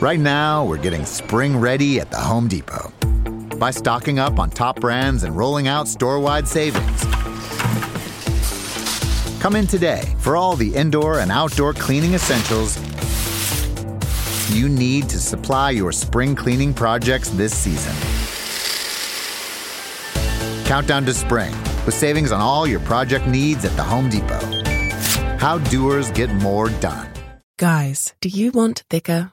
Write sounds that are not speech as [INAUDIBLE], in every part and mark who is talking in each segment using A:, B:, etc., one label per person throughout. A: Right now, we're getting spring ready at the Home Depot by stocking up on top brands and rolling out store wide savings. Come in today for all the indoor and outdoor cleaning essentials you need to supply your spring cleaning projects this season. Countdown to spring with savings on all your project needs at the Home Depot. How doers get more done.
B: Guys, do you want thicker,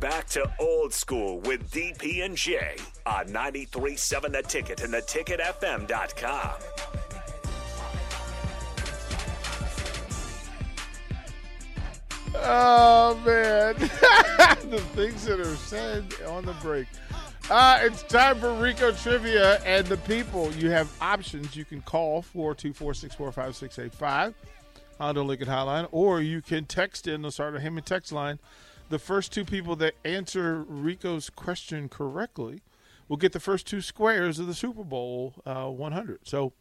C: Back to old school with DP and J on 937 the ticket and the ticketfm.com.
D: Oh man, [LAUGHS] the things that are said on the break. Uh, it's time for Rico Trivia and the people. You have options. You can call 424-645-685, Honda Lincoln Hotline, or you can text in the Sartor Hammond text line. The first two people that answer Rico's question correctly will get the first two squares of the Super Bowl uh, 100. So,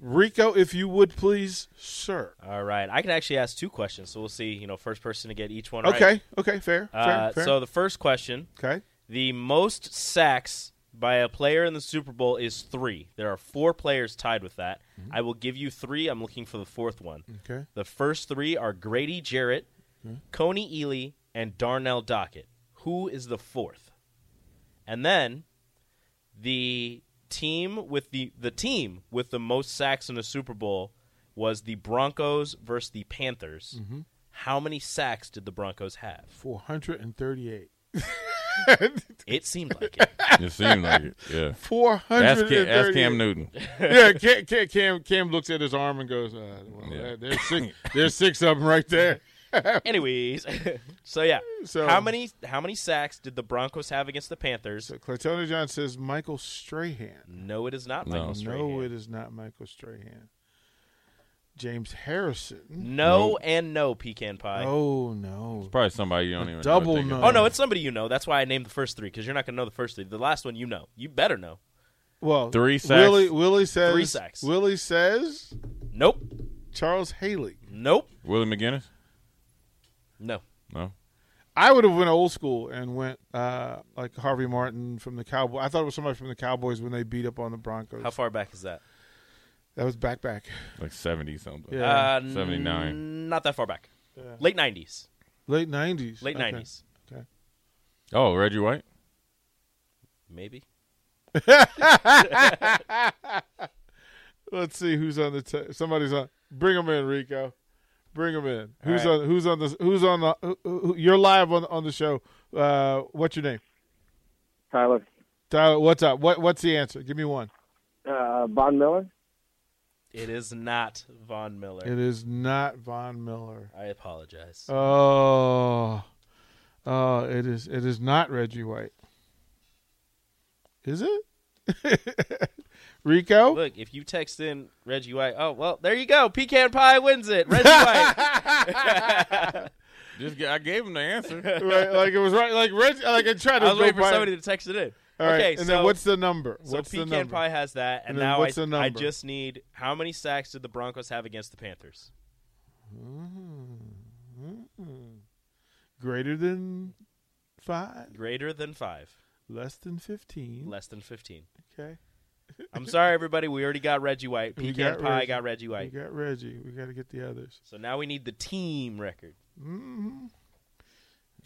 D: Rico, if you would please, sir.
E: All right. I can actually ask two questions, so we'll see. You know, first person to get each one
D: Okay,
E: right.
D: okay, fair, fair,
E: Uh,
D: fair.
E: So the first question:
D: okay.
E: the most sacks by a player in the Super Bowl is three. There are four players tied with that. I will give you three. I'm looking for the fourth one.
D: Okay.
E: The first three are Grady Jarrett, Coney Ealy, and Darnell Dockett. Who is the fourth? And then the team with the the team with the most sacks in the Super Bowl was the Broncos versus the Panthers. How many sacks did the Broncos have?
D: 438.
E: It seemed like it.
F: It seemed like it. Yeah. Ask, Cam,
D: 438.
F: ask Cam Newton.
D: yeah, Cam, Cam, Cam, Cam looks at his arm and goes, uh, well,
F: Yeah.
D: there's, six, there's six of them right
F: [LAUGHS]
D: there.
E: Anyways, [LAUGHS] so yeah,
D: So-
E: how many how many sacks did the Broncos have against the Panthers?
D: So Claytona John says Michael Strahan.
E: No, it is not
F: No.
E: Michael
F: No,
E: Strahan.
D: No, it is not Michael Strahan. James Harrison.
E: No
F: Nope.
E: and no pecan pie.
D: Oh, no.
F: Probably somebody you don't even
D: Double
F: know. if they
D: no.
F: got-
E: Oh no, it's somebody you know. That's why I named the first three because you're not gonna know the first three. The last one you know. You better know.
D: Well,
F: Three sacks.
D: Willie, Willie says.
E: Three sacks.
D: Willie says
E: Nope.
D: Charles Haley.
E: Nope.
F: Willie McGinnis?
E: No.
F: No.
D: I would have went old school and went uh, like Harvey Martin from the Cowboy. I thought it was somebody from the Cowboys when they beat up on the Broncos.
E: How far back is that?
D: that was back back.
F: Like 70 something.
D: Yeah.
E: Uh,
F: 79.
E: Not that far back. Late nineties.
D: Late nineties.
E: Late nineties.
D: Okay.
F: Oh, Reggie White?
E: Maybe.
D: Let's see who's on the. T- somebody's on. Bring them in, Rico. Bring them in. Who's
E: right.
D: on? Who's on the? Who's on the? Who, who, you're live on on the show. Uh, what's your name?
G: Tyler.
D: Tyler. What's up? What What's the answer? Give me one.
G: Uh, Von Miller?
E: It is not Von Miller.
D: It is not Von Miller.
E: I apologize.
D: Oh, oh, it is. It is not Reggie White. Is it? [LAUGHS] Rico.
E: Look, if you text in Reggie White, oh well, there you go. Pecan pie wins it.
D: [LAUGHS]
E: Reggie White.
F: Just g- I gave him the answer.
D: [LAUGHS] Right, like it was right. Like Reggie. Like I tried to.
E: I was waiting for
D: go by-
E: somebody to text it in.
D: All right,
E: okay,
D: and
E: so
D: then what's the number?
E: so
D: what's the
E: pecan
D: number?
E: pie has that, and,
D: And then
E: now
D: what's
E: I,
D: the
E: I
D: number?
E: just need how many sacks did the Broncos have against the Panthers?
D: Greater than five,
E: Greater than five,
D: less than fifteen.
E: less than fifteen.
D: Okay,
E: I'm sorry, everybody. We already got Reggie White.
D: We
E: Pecan
D: got
E: pie
D: Reggie.
E: got Reggie
D: we
E: White.
D: got Reggie. We got to get the others.
E: So now we need the team record.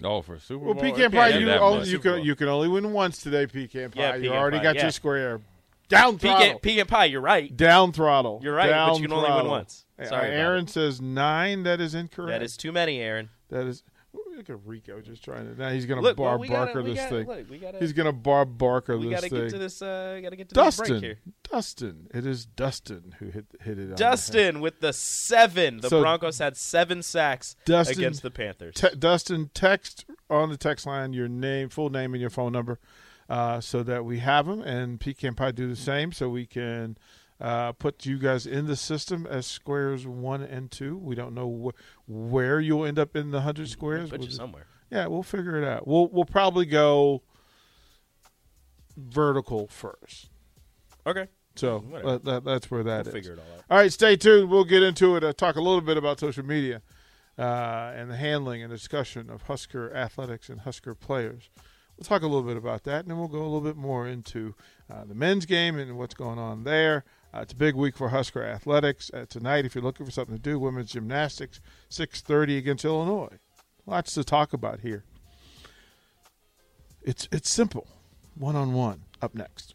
F: Oh, for Super
D: Well,
F: Bowl. it
D: pecan
F: can't
D: pie,
F: get
D: you
F: that
D: only,
F: much.
D: you
E: Super
D: can
E: Bowl.
D: you can only win once today. Pecan pie,
E: Yeah,
D: you
E: pecan
D: already
E: pie,
D: got
E: yeah.
D: your square. Down throttle.
E: Pecan, pecan pie. You're right.
D: Down throttle.
E: You're right,
D: Down
E: but you can only win
D: throttle.
E: once.
D: Yeah,
E: Sorry about
D: Aaron says nine. That is incorrect.
E: That is too many, Aaron.
D: That is. Look at Rico just trying to. Now he's going to
E: Look, well,
D: bar
E: we gotta,
D: Barker
E: we
D: this
E: gotta,
D: thing.
E: Look, we gotta,
D: He's going to bar Barker
E: we
D: this
E: gotta
D: thing.
E: get to this. Uh, we gotta get to this break
D: Dustin.
E: here.
D: Dustin. It is Dustin who hit hit it. on the head.
E: Dustin with the seven. The
D: So-
E: Broncos had seven sacks
D: Dustin-
E: against the Panthers.
D: Te- Dustin, text on the text line your name, full name, and your phone number, uh, so that we have them. And Pecan Pie do the same, so we can uh, put you guys in the system as squares one and two. We don't know wh- where you'll end up in the hundred squares.
E: Mm, Put
D: We'll
E: you
D: just-
E: somewhere.
D: yeah, we'll figure it out. We'll we'll probably go vertical first.
E: Okay.
D: So
E: Whatever.
D: that, that, that's where that is.
E: We'll figure it all out.
D: All right, stay tuned. We'll get into it. Uh, talk a little bit about social media uh, and the handling and discussion of Husker athletics and Husker players. We'll talk a little bit about that, and then we'll go a little bit more into uh, the men's game and what's going on there. Uh, it's a big week for Husker athletics uh, tonight. If you're looking for something to do, women's gymnastics, 6:30 against Illinois. Lots to talk about here. It's it's simple, one on one. Up next.